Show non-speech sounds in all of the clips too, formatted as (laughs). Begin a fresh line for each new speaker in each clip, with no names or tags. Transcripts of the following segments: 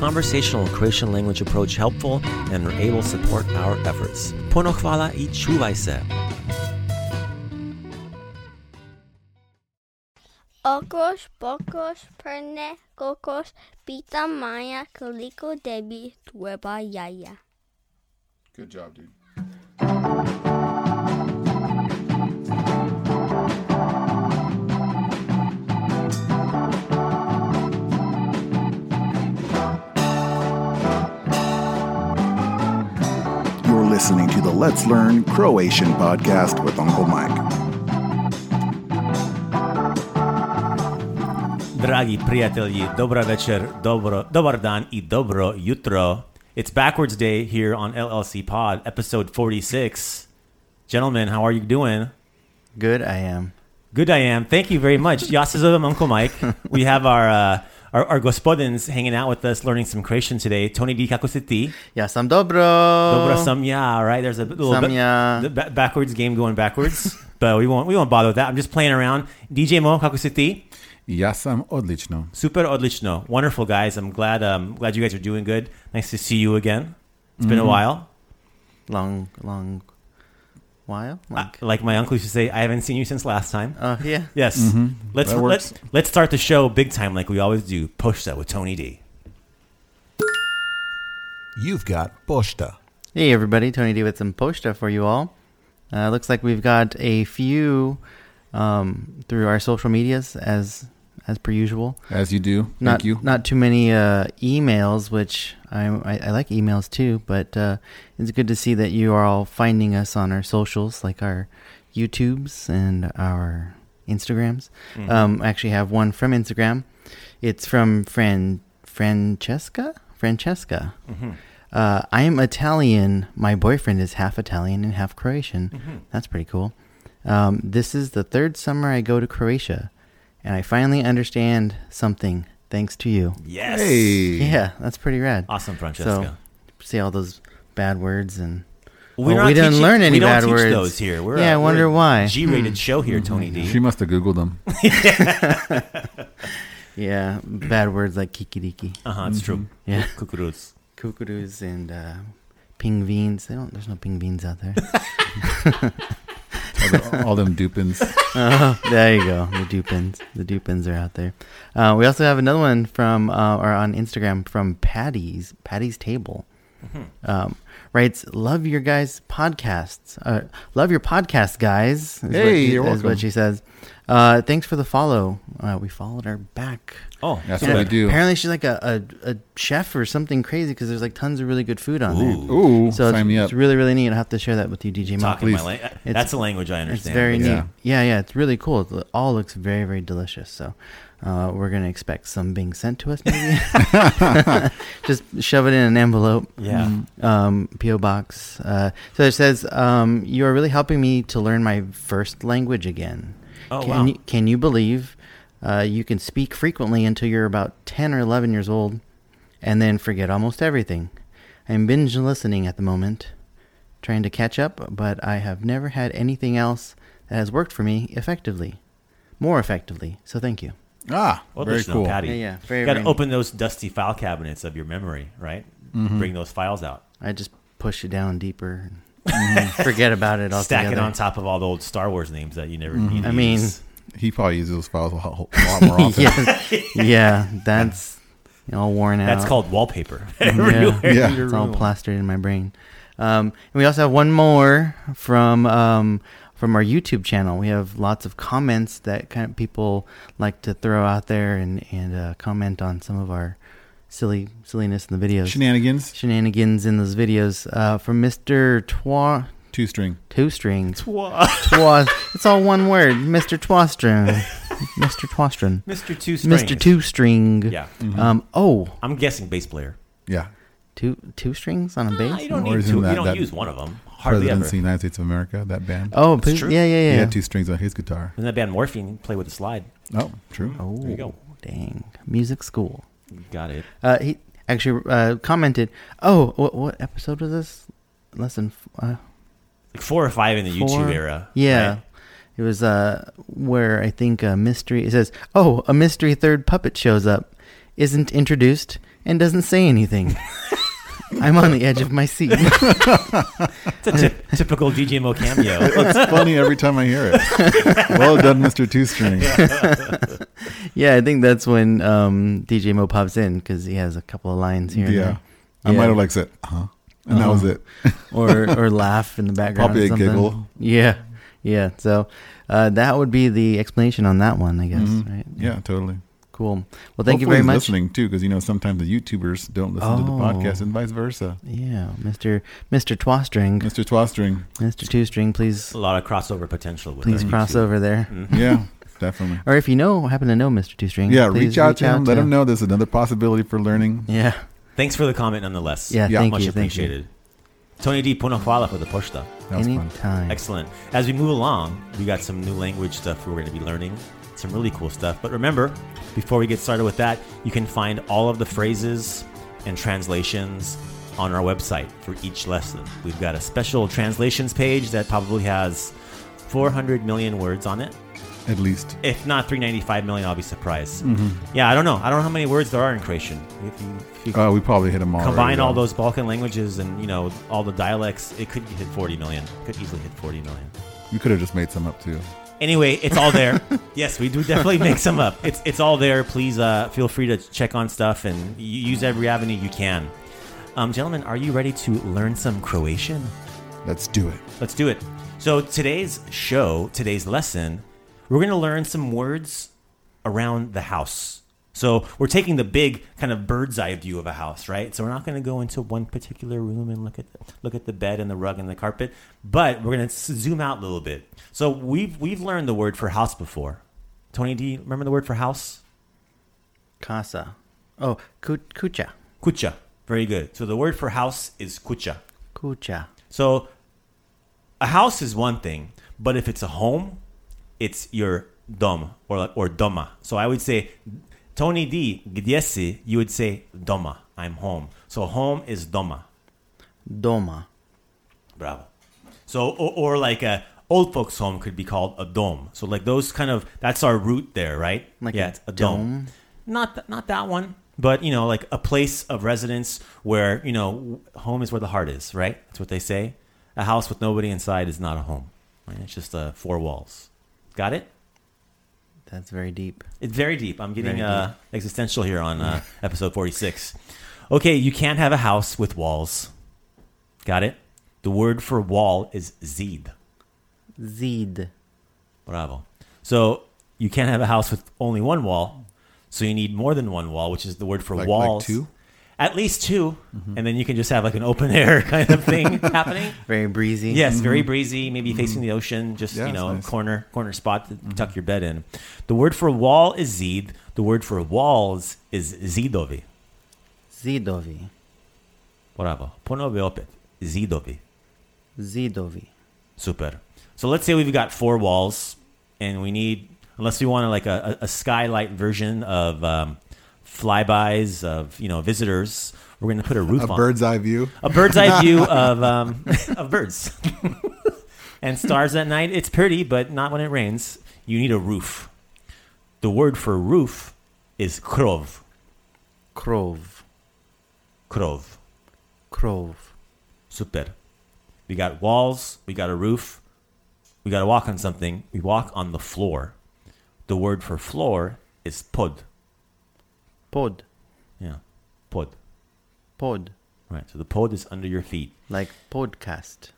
conversational Croatian language approach helpful and are able to support our efforts. Puno hvala i čuvaj se.
Okoš, pokoš, prne, kokoš, pita Maja, koliko debi treba jaja.
Good job, dude.
You're listening to the Let's Learn Croatian podcast with Uncle Mike.
Dragi prijatelji, dobra večer, dobro, dobar dan i dobro jutro. It's backwards day here on LLC Pod, episode 46. Gentlemen, how are you doing?
Good, I am.
Good, I am. Thank you
(laughs)
very much. Yasuzovim, Uncle Mike. We have our, uh, our, our gospodins hanging out with us, learning some Croatian today. Tony D. Kakositi.
Ja sam dobro.
Dobra Samya, right? There's a little bit-
Samya.
the ba- backwards game
(laughs)
going backwards, but we won't, we won't bother with that. I'm just playing around. DJ Mo Kakositi.
Ja sam odlično.
Super odlično. Wonderful, guys. I'm glad, um, glad you guys are doing good. Nice to see you again. It's been a
Mm-hmm.
while.
Long, long while.
I-
Like,
like my uncle used to say, I haven't seen you since last time.
oh yeah.
Yes. Let's
Mm-hmm. That works.
let's let's start the show big time like we always do. Poshta with Tony D.
You've got pošta.
Hey everybody, Tony D with some posta for you all. Uh, looks like we've got a few um, through our social medias as as per usual.
As you do.
Not
Thank you.
not too many uh, emails, which I, I I like emails too. But uh, it's good to see that you are all finding us on our socials, like our YouTubes and our Instagrams.
Mm-hmm.
Um, I actually have one from Instagram. It's from Fran Francesca Francesca.
Mm-hmm.
Uh, I am Italian. My boyfriend is half Italian and half Croatian.
Mm-hmm.
That's pretty cool. Um, this is the third summer I go to Croatia, and I finally understand something thanks to you.
Yes.
Yeah, that's pretty rad.
Awesome, Francesca.
So, see all those bad words and
We're
Well,
not
we didn't
teaching-
learn any
we don't
bad
teach
words.
those here. We're
Yeah,
a-
I wonder
we're a
why.
G-rated show here, Tony D.
Hmm. She must have Googled them.
yeah, bad words like kikiriki,
Uh huh. It's true. (laughs)
Yeah.
Kukuruz.
kukurus, and uh, pingvines. They don't. There's no pingvines out there.
all, the- all them dupins.
there you go. The Dupins. The Dupins are out there. Uh, we also have another one from, uh, or on Instagram from Patty's, Patty's Table.
Mm-hmm.
Um, writes, love your guys' podcasts. Uh, love your podcast, guys. Is
Hey,
what she,
you're
is what
welcome.
she says. Uh, thanks for the follow. uh, we followed her back.
Oh,
That's
so
what we
bad.
do.
Apparently, she's like a, a, a chef or something crazy because there's like tons of really good food on there.
Ooh,
so it's,
sign me up.
it's really really neat. I will have to share that with you, DJ Mark.
Talking my
Please.
la- that's a language I
It's
understand.
very
Yeah.
neat. Yeah, yeah, it's really cool. It all looks very very delicious. So uh, we're gonna expect some being sent to us. Maybe
(laughs)
(laughs) just shove it in an envelope.
Yeah.
um, PO box. Uh, so it says, um, "You are really helping me to learn my first language again.
Oh,
can
wow.
you, can you believe uh, you can speak frequently until you're about ten or eleven years old, and then forget almost everything? I'm binge listening at the moment, trying to catch up, but I have never had anything else that has worked for me effectively, more effectively. So thank you.
Ah,
Well,
very
there's
cool.
no patty.
Yeah, yeah, very,
you got to
very
open those dusty file cabinets of your memory, right?
Mm-hmm.
Bring those files out.
I just push it down deeper." and mm,
(laughs)
Forget about it
Stack
altogether.
it on top of all the old Star Wars names that you never
Mm-hmm.
need to
I mean,
use.
He probably uses those files a lot a
(laughs)
lot more often.
yes. (laughs) yeah, that's all worn out.
that's called wallpaper. (laughs)
Mm-hmm. yeah,
Everywhere.
Yeah. (laughs)
yeah. it's all plastered in my brain. Um, and we also have one more from um, from our YouTube channel. We have lots of comments that kind of people like to throw out there and and uh, comment on some of our silly silliness in the videos,
Shenanigans,
shenanigans in those videos. Uh, from Mister Twa
two string.
Two Strings, Twa. it's all one word, Mister
(laughs)
Twastron, Mister Twastron.
Mr. Two Strings.
Mr. Two String.
Yeah.
Um. Oh,
I'm guessing bass player.
Yeah.
two two strings on a
Ah,
bass.
you don't
Or
need
isn't
two.
that-
you don't
that
use one of them. Hardly ever.
Presidents of the United States of America, that band.
oh,
That's
plez-
true.
yeah, yeah,
He
yeah.
had two strings on his guitar.
And that band Morphine played with a slide.
Oh, true.
oh,
There you go.
dang, music school.
Got it.
Uh, he actually uh, commented. Oh, what, what episode was this? Lesson. f- Uh,
Like four or five in the
four?
YouTube era.
Yeah.
right?
It was uh, where I think a mystery. It says, "Oh, a mystery third puppet shows up, isn't introduced, and doesn't say
(laughs)
anything." I'm on the edge of my seat. (laughs)
It's a typ- (laughs) typical DJ
(laughs)
Mo cameo.
It's funny every time I hear it. well done, Mr. Two String.
Yeah, I think that's when um, DJ Mo pops in because he has a couple of lines here. and
Yeah.
there.
I
Yeah. Uh-huh.
might have like said, huh? And that was it. (laughs)
or or laugh in the background.
Probably
or
a
something.
giggle.
Yeah, yeah. So uh, that would be the explanation on that one, I guess. Right?
Mm-hmm. Yeah, totally.
Cool. Well, thank you
Hopefully
very
he's
much.
listening too, because you know sometimes the YouTubers don't listen to the
Oh.
podcast and vice versa.
Yeah, Mister Mister Twastring,
Mr. Twastring.
Mister Two String, please
a lot of crossover potential with
please
that.
cross over there. (laughs)
Mm-hmm. Yeah, definitely.
Or if you know, happen to know Mister Two String,
Yeah,
please
reach out to him. Let him know there's another possibility for learning.
Yeah,
Thanks for the comment nonetheless.
yeah.
Yeah,
thank
Much
you, thank you.
appreciated. Tony D. Punahwala for the posta.
That was fun.
Anytime.
Excellent. As we move along, we got some new language stuff we're going to be learning, some really cool stuff. But remember, before we get started with that, you can find all of the phrases and translations on our website for each lesson. We've got a special translations page that probably has 400 million words on it.
At least.
If not 395 million, I'll be surprised. Yeah, I don't know. I don't know how many words there are in Croatian. If you, if you
Oh, we probably hit him all.
combine
already,
all
though.
those Balkan languages and you know all the dialects, it could hit 40 million. It could easily hit 40 million.
You could have just made some up too.
Anyway, it's all there. yes, we do definitely make some up. It's it's all there. Please uh, feel free to check on stuff and y- use every avenue you can. Um, gentlemen, are you ready to learn some Croatian?
Let's do it.
Let's do it. So today's show, today's lesson, we're going to learn some words around the house. So we're taking the big kind of bird's eye view of a house, right? So we're not going to go into one particular room and look at the, look at the bed and the rug and the carpet, but we're going to zoom out a little bit. So we've we've learned the word for house before. Tony, do you remember the word for house?
Casa. Oh, ku- kucha,
Kucha. Very good. So the word for house is kucha.
kucha.
So a house is one thing, but if it's a home, it's your dom or or doma. So I would say Tony D, gdje si? You would say doma. I'm home. So home is doma.
Doma.
Bravo. So or, or like a old folks home could be called a dome. So like those kind of that's our root there, right?
Like a
it's dome.
dome?
Not th- not that one, but you know like a place of residence where you know w- home is where the heart is, right? That's what they say. A house with nobody inside is not a home. Right? It's just uh, four walls. Got it?
That's very deep.
It's very deep. I'm getting
Very
uh, existential here
(laughs)
on uh, episode 46. Okay, you can't have a house with walls. Got it? The word for wall is zid.
Zid.
Bravo. So you can't have a house with only one wall, so you need more than one wall, which is the word for
Like- like
walls.
two?
At least 2 and then you can just have like an open (laughs) air kind of
(laughs)
thing happening.
Very breezy.
Yes, very breezy, maybe facing the ocean, just
Mm-hmm. Yeah,
you
that's
know,
nice. Mm-hmm.
corner corner spot to tuck your bed in. The word for wall is zid. The word for walls is zidovi.
Zidovi.
Bravo. Ponovi opet. Zidovi.
Zidovi.
Super. So let's say we've got four walls, and we need, unless we want like a, a, a skylight version of um, flybys of you know visitors, we're going to put a roof
A
on
bird's eye view.
a
(laughs)
bird's eye view of um, (laughs) of birds and stars at night. It's pretty, but not when it rains. You need a roof. The word for roof is krov.
Krov.
Krov.
Krov.
Super. We got walls. We got a roof. We got to walk on something. We walk on the floor. The word for floor is pod.
Pod.
Yeah, pod.
Pod.
Right. So the pod is under your feet.
Like podcast.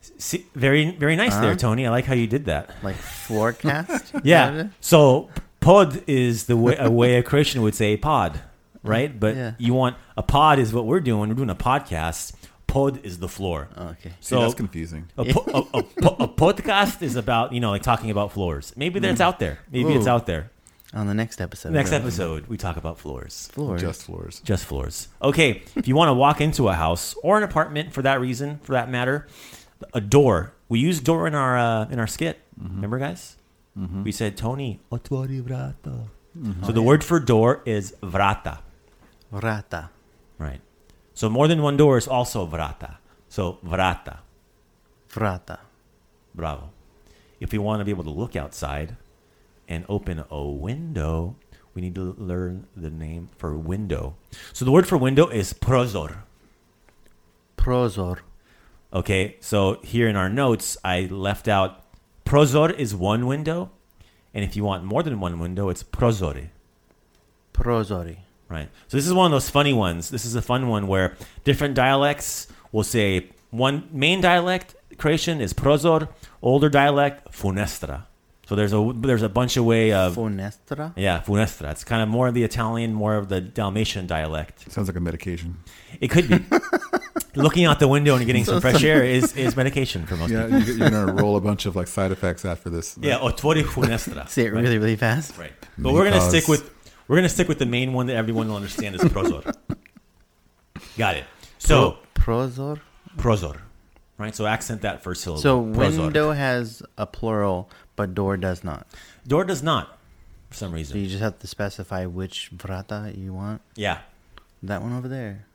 See, very, very nice
Uh-huh.
there, Tony. I like how you did that.
Like forecast?
(laughs) Yeah. So pod is the way a way a Croatian would say pod, right? But
Yeah.
you want a pod is what we're doing. We're doing a podcast. Pod is the floor.
Okay.
See,
So
that's confusing.
a, po- a, a, po- a podcast is about you know like talking about floors. Maybe that's out there. Maybe it's
Ooh.
out there.
On the next episode.
Next
right?
episode we talk about floors.
Floor.
Just floors.
Just floors. Okay, if you want to walk into a house or an apartment, for that reason, for that matter, a door. We used door in our uh, in our skit. Remember, guys? We said Tony otvori vrata. So the word for door is vrata,
Rata.
right? So more than one door is also vrata. So vrata,
Vrata.
bravo. If we want to be able to look outside and open a window, we need to learn the name for window. So the word for window is prozor.
Prozor.
Okay, so here in our notes, I left out prozor is one window, and if you want more than one window, it's prozori,
Prozori.
right? So this is one of those funny ones. This is a fun one where different dialects will say one main dialect Croatian is prozor, older dialect funestra. So there's a there's a bunch of way of
Fonestra.
yeah funestra. It's kind of more of the Italian, more of the Dalmatian dialect.
Sounds like a medication.
It
(laughs)
could be. Looking out the window and getting some fresh air is, is medication for most people.
Yeah, you- you're gonna roll a bunch of like side effects after this.
Yeah, oh, otvori funestra.
Say it
right?
really, really fast.
Right. But we're gonna
Because-
stick with we're gonna stick with the main one that everyone will understand is prozor. Got it. So
Prozor.
prozor, right? So accent that first syllable.
So
Prozor.
window has a plural, but door does not.
door does not for some
So
reason.
you just have to specify which vrata you want.
Yeah.
That one over there.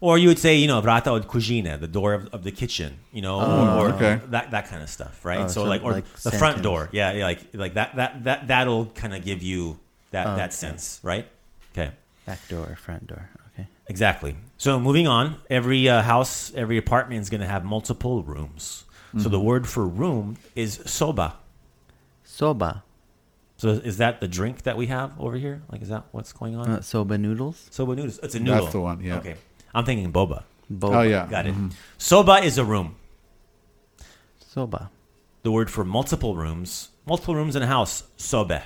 Or you would say, you know, vrata od kuzhina, the door of, of the kitchen, you know, or
okay.
that that kind of stuff, right?
Oh,
so,
so
like, or
like
the front
sentence.
door, yeah, yeah, like like that that that that'll kind of give you that that sense, right? Okay.
Back door, front door. Okay.
Exactly. So moving on, every uh, house, every apartment is going to have multiple rooms. So the word for room is soba.
Soba.
So is that the drink that we have over here? Like, is that what's going on?
Uh, soba noodles.
soba noodles. It's a noodle.
the one, yeah.
Okay. I'm thinking boba.
Boba.
Oh yeah.
Got it. Soba is a room.
Soba.
The word for multiple rooms, multiple rooms in a house, sobe.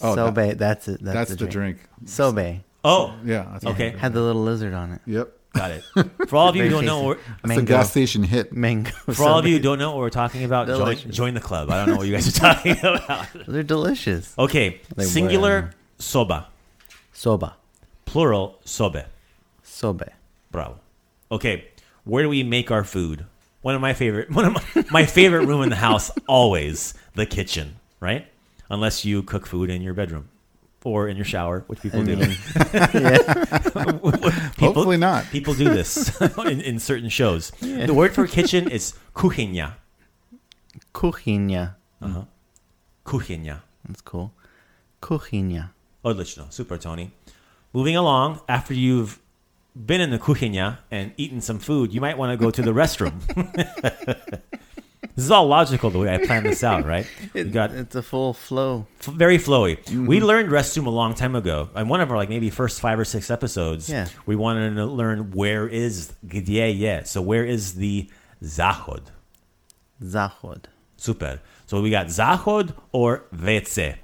Oh, that-
sobe. that's it. That's,
That's,
the,
the drink.
Sobe.
Oh,
Yeah. That's the
Okay.
drink.
Had the little lizard on it.
Yep.
got it. For all of you who don't
Very
know,
tasty. (laughs)
what we're-
It's a gas station hit.
Mango.
(laughs) for all of
sobe.
you who don't know what we're talking about, join,
Delicious.
join the club. I don't know what you guys are (laughs) talking about.
They're delicious.
Okay,
They were,
singular
um,
soba,
Soba.
plural sobe.
Sobe.
Bravo. Okay, where do we make our food? One of my favorite, (laughs) one of my, my favorite room in the house always the kitchen, right? Unless you cook food in your bedroom or in your shower, which people do. (laughs) people,
Hopefully not.
People do this (laughs) in, in certain shows. The word for kitchen is kuchinia.
Kuchinia.
Kuchinia.
That's cool. Kuchinia.
Odlično, super, Tony. Moving along, after you've been in the kuchinia and eaten some food, you might want to go to the restroom. (laughs) this is all logical the way I planned this out, right? We got
It's a full flow.
f- very flowy. We learned restroom a long time ago. On one of our like maybe first five or six episodes,
Yeah.
we wanted to learn where is gdje je. So where is the zahod?
Zahod.
Super. So we got zahod or vece.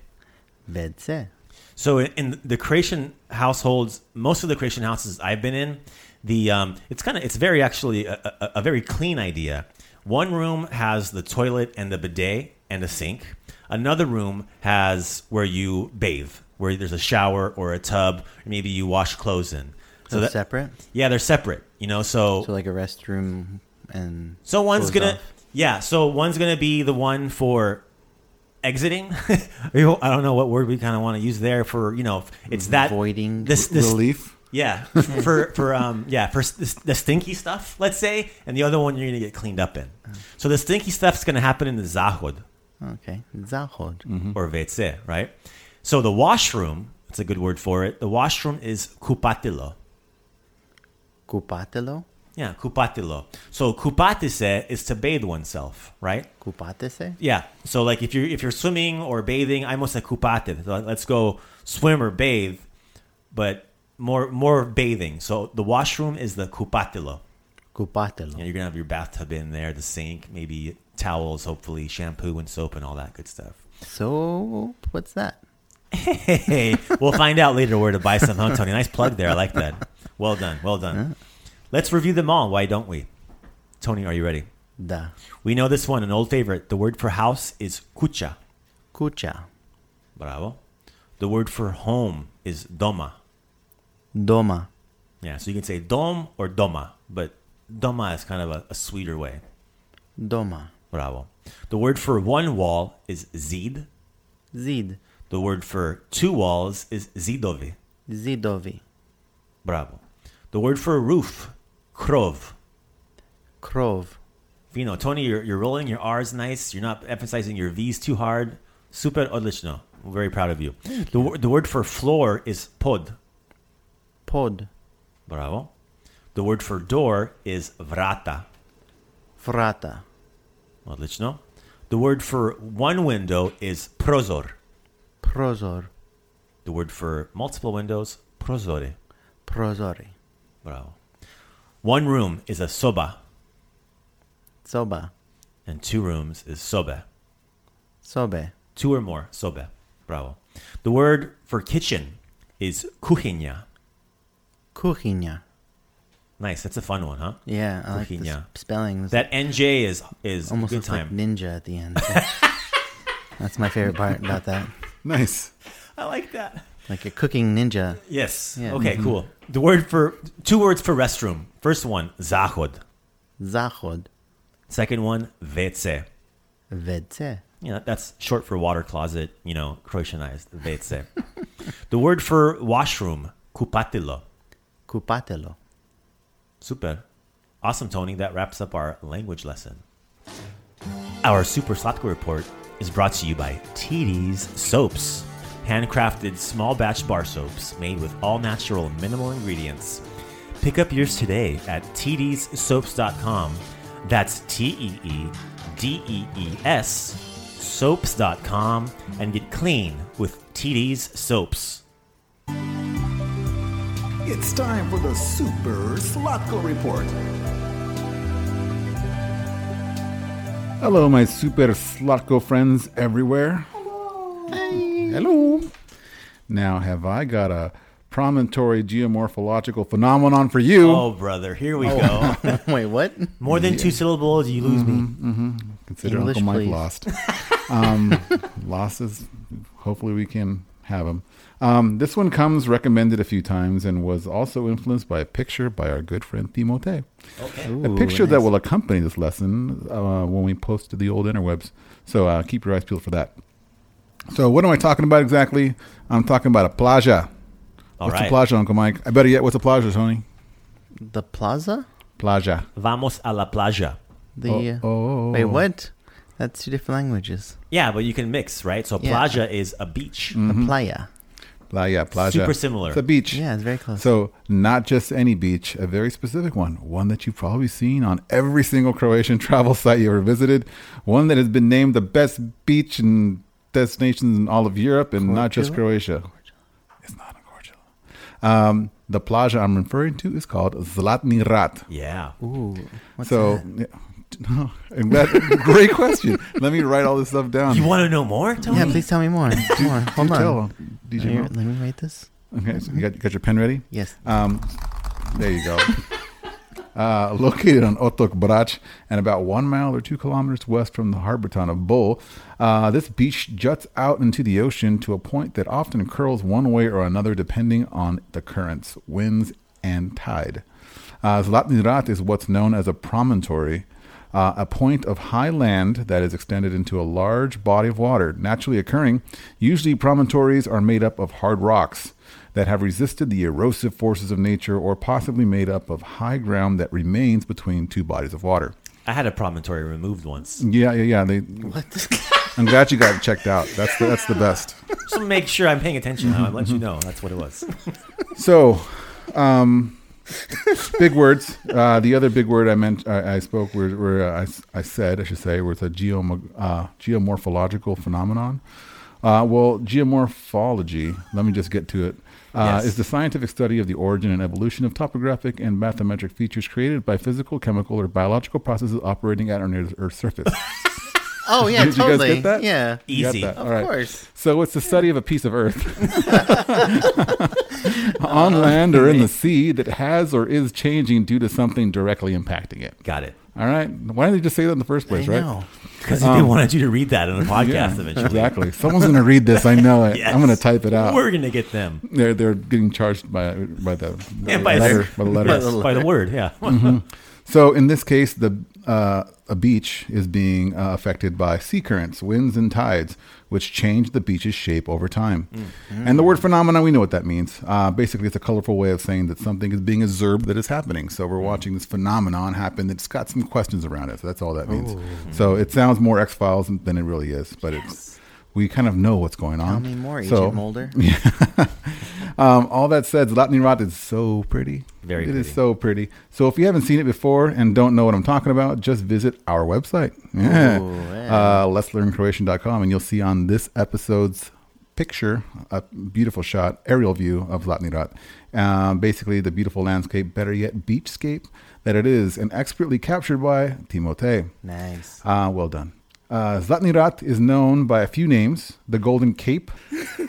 Vedse.
So in, in the Croatian households, most of the Croatian houses I've been in, the um, it's kind of it's very actually a, a, a very clean idea. One room has the toilet and the bidet and a sink. Another room has where you bathe, where there's a shower or a tub, or maybe you wash clothes in.
So separate.
Yeah, they're separate. You know, so
So like a restroom and
so one's
goes
gonna,
off.
yeah. So one's gonna be the one for exiting. (laughs) You know, I don't know what word we kind of want to use there for. You know, it's that
Voiding
this this
Relief.
yeah for for um yeah for s- the, the stinky stuff. Let's say, and the other one you're gonna get cleaned up in. So the stinky stuff's gonna happen in the zahod
okay. Zahod.
or vetse, right? So the washroom. That's a good word for it. The washroom is kupatilo.
Kupatelo?
Yeah, kupatilo. So kupatise is to bathe oneself, right?
Kupatese?
Yeah. So like if you're if you're swimming or bathing, I almost said kupatin. So let's go swim or bathe, but more more bathing. So the washroom is the kupatilo.
Kupatelo.
And you're gonna have your bathtub in there, the sink, maybe towels, hopefully shampoo and soap and all that good stuff.
So what's that?
Hey, we'll find out later where to buy some, huh, Tony? Nice plug there. I like that. Well done. Well done. Let's review them all. Why don't we? Tony, are you ready?
Da.
We know this one, an old favorite. The word for house is kucha.
Kucha.
Bravo. The word for home is doma.
Doma.
Yeah, so you can say dom or doma, but doma is kind of a, a sweeter way.
Doma.
Bravo. The word for one wall is zid.
Zid.
The word for two walls is zidovi.
Zidovi.
Bravo. The word for roof, krov.
Krov.
Fino, Tony, you're, you're rolling your R's nice. You're not emphasizing your V's too hard. Super odlično. I'm very proud of you. The, wor- the word for floor is pod.
Pod.
Bravo. The word for door is vrata.
Frata.
Odlično. The word for one window is prozor.
Prozor.
The word for multiple windows, prozore.
Prozori.
Bravo. One room is a soba,
Soba.
and two rooms is sobe.
Sobe.
Two or more, sobe. Bravo. The word for kitchen is kuchinya.
Kuchinha.
Nice. That's a fun one, huh?
Yeah, I like the
Kuchinha.
sp- spelling. It's
That NJ is is
almost
good
looks
time.
like ninja at the
(laughs)
end. That's my favorite part about that.
Nice.
I like that.
Like a cooking ninja.
Yes.
Yeah. Mm-hmm.
Okay, cool. The word for two words for restroom. First one, zahod.
Zahod.
Second one, vece.
Vedse.
you know, that's short for water closet, you know, Croatianized, they'd say. (laughs) the word for washroom, kupatilo.
Kupatelo. (laughs)
Super. Awesome, Tony. That wraps up our language lesson. Our Super Slatko report is brought to you by TD's Soaps, handcrafted small batch bar soaps made with all natural, minimal ingredients. Pick up yours today at tdssoaps.com. That's T E E D E E S soaps.com and get clean with TD's Soaps.
It's time for the Super Slotko Report.
Hello, my super Slotko friends everywhere. Hello. Hello. Now, have I got a promontory geomorphological phenomenon for you?
Oh, brother, here we go.
Wait, what?
More than two syllables, you lose me.
Consider
English,
Uncle Mike
please.
lost.
(laughs)
Um, losses, hopefully we can have them. Um, this one comes recommended a few times and was also influenced by a picture by our good friend Timote.
Okay.
Ooh,
a picture that
nice.
will accompany this lesson uh, when we post to the old interwebs. So uh, keep your eyes peeled for that. So what am I talking about exactly? I'm talking about a plaja.
All
what's
right.
a plaja, Uncle Mike? I better yet, what's a plaja, Tony?
The plaza?
Plaja.
Vamos a la playa.
The.
Oh, oh,
uh, Wait,
oh.
what? That's two different languages.
Yeah, but you can mix, right? So
Yeah.
playa is a beach.
Mm. Mm-hmm.
The playa.
Playa, plaja.
Super similar.
It's a beach.
Yeah, it's very close.
So, not just any beach, a very specific one, one that you've probably seen on every single Croatian (laughs) travel site you ever visited, one that has been named the best beach and destinations in all of Europe and not just Croatia. It's not in Korčula. Um, the plaja I'm referring to is called Zlatni Rat.
Yeah.
Ooh, what's
so,
that?
yeah, (laughs) I'm glad. Great question. Let me write all this stuff down.
You want to know more? Tony?
Yeah, please tell me
(laughs)
more. More. Hold
You
on.
tell 'em, DJ.
Here,
Mo.
let me write this.
Okay, so you got, you got your pen ready?
Yes.
Um, there you go. Uh, located on Otok Brach and about one mile or two kilometers west from the harbor town of Bull, uh, this beach juts out into the ocean to a point that often curls one way or another depending on the currents, winds, and tide. Uh, Zlatnirat is what's known as a promontory, uh, a point of high land that is extended into a large body of water, naturally occurring. Usually, promontories are made up of hard rocks that have resisted the erosive forces of nature or possibly made up of high ground that remains between two bodies of water.
I had a promontory removed once.
Yeah, yeah, yeah. They, I'm glad you got it checked out. That's the, that's the best.
Just to make sure I'm paying attention. I'll let you know. That's what it was.
So, um, big words. Uh, the other big word I meant, I, I spoke, were, were uh, I s- I, said, I should say, was a geom- uh, geomorphological phenomenon. Uh, well, geomorphology. Let me just get to it. Uh,
Yes.
Is the scientific study of the origin and evolution of topographic and bathymetric features created by physical, chemical, or biological processes operating at or near the Earth's surface.
Oh yeah,
(laughs) Did you guys
totally.
get that?
Yeah.
(laughs) You got
Easy.
that?
Of
All right.
course.
So it's the study of a piece of earth (laughs) on land or in the sea that has or is changing due to something directly impacting it.
Got it.
All right. Why didn't they just say that in the first place,
I
right?
know.
Because they wanted you to read that on the podcast
Um, Yeah,
eventually.
exactly. Someone's going to read this. I know it.
Yes.
I'm going to type it out.
We're going to get them.
They're they're getting charged by by the, by
Yeah,
the
by the- (laughs)
letter by the letter.
Yes, by the word, yeah.
So in this case, the uh, a beach is being uh, affected by sea currents, winds, and tides, which change the beach's shape over time.
Mm-hmm.
And the word phenomena, we know what that means. Uh, basically, it's a colorful way of saying that something is being observed that is happening. So
Mm.
we're watching this phenomenon happen. It's got some questions around it. So that's all that means. So it sounds more X Files than it really is, but it's we kind of know what's going on.
Tell me more,
So-
Agent
(laughs)
Mulder.
um, all that said, Zlatni Rod is so pretty.
Very
It is
pretty.
so pretty. So if you haven't seen it before and don't know what I'm talking about, just visit our website. (laughs) Yeah.
Ooh, yeah.
Uh, let's learn Croatian.com and you'll see on this episode's picture a beautiful shot, aerial view of Zlatni Rod. Um, basically, the beautiful landscape, better yet, beachscape that it is, and expertly captured by Timote.
Nice.
Ah, well done. Uh, Zlatni Rat is known by a few names the Golden Cape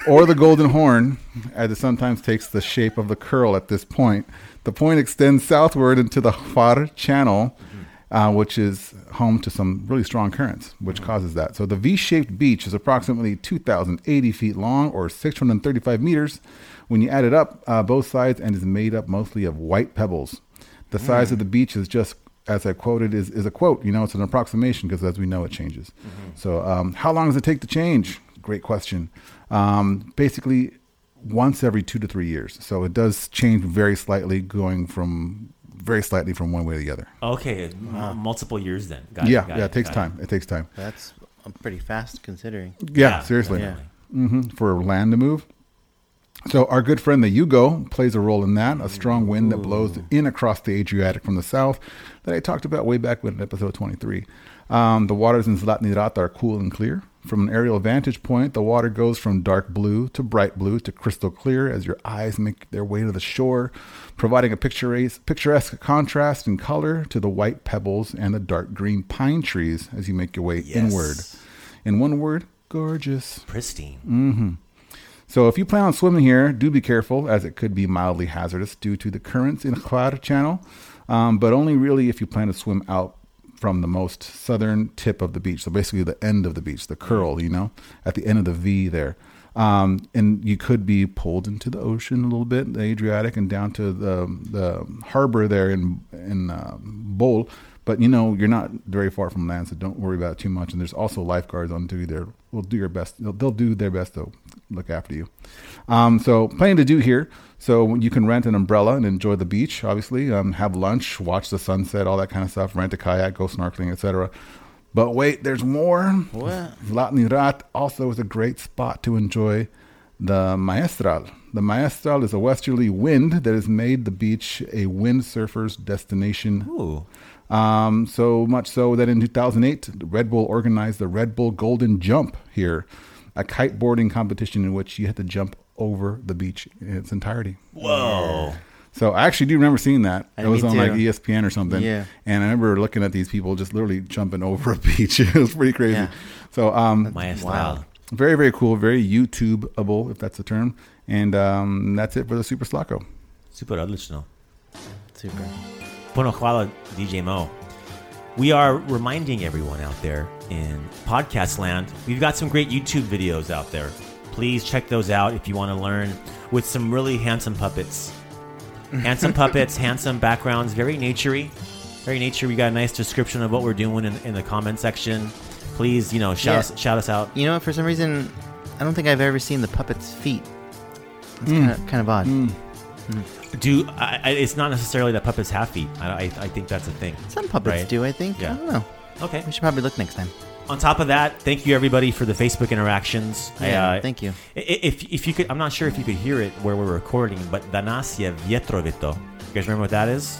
or the Golden (laughs) Horn, as it sometimes takes the shape of the curl at this point. The point extends southward into the Far Channel, uh, which is home to some really strong currents, which causes that. So the V shaped beach is approximately 2,080 feet long or 635 meters when you add it up uh, both sides and is made up mostly of white pebbles. The size
Mm.
of the beach is just, as I quoted, is, is a quote. You know, it's an approximation because, as we know, it changes.
Mm-hmm.
So, um, how long does it take to change? Great question. Um, basically, once every two to three years. So it does change very slightly, going from very slightly from one way to the other.
Okay, m- multiple years then. Got
Mm-hmm. yeah,
it, got
yeah, it
it,
takes
got
time. It. takes time.
That's uh, pretty fast considering.
Yeah, seriously.
definitely.
hmm for land to move. So our good friend the Yugo plays a role in that. A strong wind that blows in across the Adriatic from the south, that I talked about way back in episode 23. Um, the waters in Zlatni Rat are cool and clear. From an aerial vantage point, the water goes from dark blue to bright blue to crystal clear as your eyes make their way to the shore, providing a picturesque, picturesque contrast in color to the white pebbles and the dark green pine trees as you make your way
Yes.
inward. In one word, gorgeous.
Pristine.
Mm. So if you plan on swimming here, do be careful as it could be mildly hazardous due to the currents in Hvar Channel, um, but only really if you plan to swim out from the most southern tip of the beach. So basically the end of the beach, the curl, you know, at the end of the V there. Um, and you could be pulled into the ocean a little bit, the Adriatic, and down to the the harbor there in in uh, Bol. But you know you're not very far from land, so don't worry about it too much. And there's also lifeguards on duty there. Will do your best. They'll, they'll do their best to look after you. Um, so plenty to do here. So you can rent an umbrella and enjoy the beach. Obviously, um, have lunch, watch the sunset, all that kind of stuff. Rent a kayak, go snorkeling, etc. But wait, there's more.
What?
Zlatni Rat also is a great spot to enjoy the maestral. The maestral is a westerly wind that has made the beach a windsurfer's destination
Ooh.
um, so much so that in 2008, Red Bull organized the Red Bull Golden Jump here, a kiteboarding competition in which you had to jump over the beach in its entirety.
Whoa.
So I actually do remember seeing that.
Uh,
It was
me
on like E
too.
ESPN or something.
Yeah.
And I remember looking at these people just literally jumping over a (laughs) beach. it was pretty crazy.
Yeah.
So um,
Maya
Wow.
style.
very very cool, very YouTubeable if that's the term. And um, that's it for the Super Slocko.
Super odlično.
Super.
Puno hvala, DJ Mo. We are reminding everyone out there in podcast land, we've got some great YouTube videos out there. Please check those out if you want to learn with some really handsome puppets.
(laughs)
Handsome puppets, handsome backgrounds, very naturey. Very nature. We got a nice description of what we're doing in, in the comment section. Please, you know, shout
Yeah.
us, shout us out.
You know what? For some reason, I don't think I've ever seen the puppet's feet. It's
Hmm.
kind, of, kind of odd.
Do I, I, it's not necessarily that puppets have feet. I, I, I think that's a thing.
Some puppets
Right.
do, I think.
Yeah.
I don't know.
Okay.
We should probably look next time.
On top of that, thank you everybody for the Facebook interactions.
Yeah,
I, uh,
thank you.
I- i- If if you could, I'm not sure if you could hear it where we're recording, but Danasia Vietrovito. You guys remember what that is?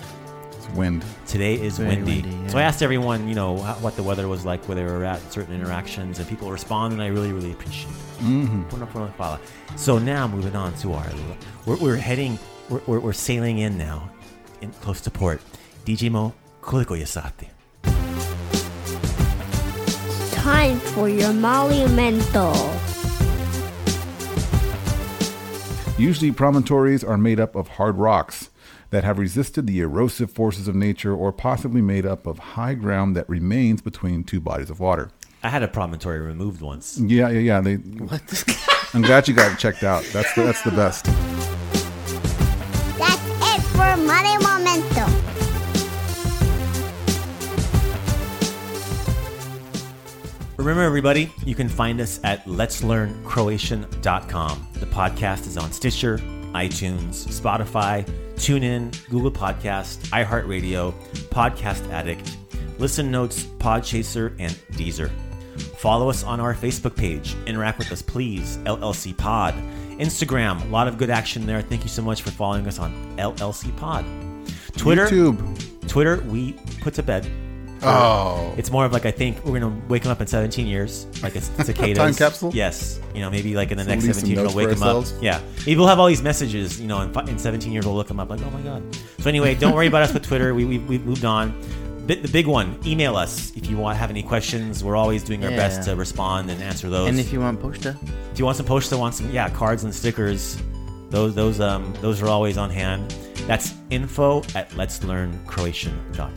It's wind.
Today is
Very
windy.
windy, yeah.
So I asked everyone, you know, how, what the weather was like where they were at, certain interactions, and people respond, and I really, really appreciate it.
Mm-hmm.
Puno, puno hvala. So now moving on to our, we're, we're heading, we're, we're, we're sailing in now, in close to port. DJ Mo, koliko je sati?
Time for your monumental.
Usually, promontories are made up of hard rocks that have resisted the erosive forces of nature or possibly made up of high ground that remains between two bodies of water.
I had a promontory removed once.
Yeah, yeah, yeah. They, I'm glad you got it checked out. That's the, that's the best.
That's it for Money Momento.
Remember, everybody, you can find us at letslearncroatian.com. The podcast is on Stitcher, iTunes, Spotify, TuneIn, Google Podcast, iHeartRadio, Podcast Addict, Listen Notes, Podchaser, and Deezer. Follow us on our Facebook page. Interact with us, please. LLC Pod. Instagram, a lot of good action there. Thank you so much for following us on LLC Pod. Twitter,
YouTube.
Twitter, we put to bed.
Oh.
It's more of like I think we're gonna wake him up in 17 years, like it's
(laughs)
cicadas.
Time capsule?
Yes, you know maybe like in the
So
next
leave some
17 years we'll
notes for
wake him up.
ourselves?
Yeah, maybe we'll have all these messages. You know, in, fi- in 17 years we'll look him up like oh my god. So anyway, don't worry about us with Twitter. We we we've moved on. The, the big one, email us if you want have any questions. We're always doing our best
Yeah.
to respond and answer those.
And if you want posta,
Do you want some posts? I want some yeah cards and stickers. Those those um those are always on hand. That's info at letslearncroatian.com.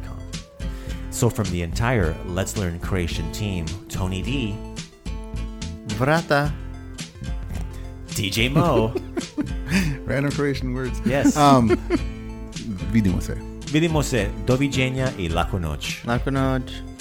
So from the entire Let's Learn Croatian team, Tony D,
vrata.
DJ Mo,
Random creation words.
yes,
Um, we didn't say.
vidimo se, doviđenja i laku noć.
Lakonoj.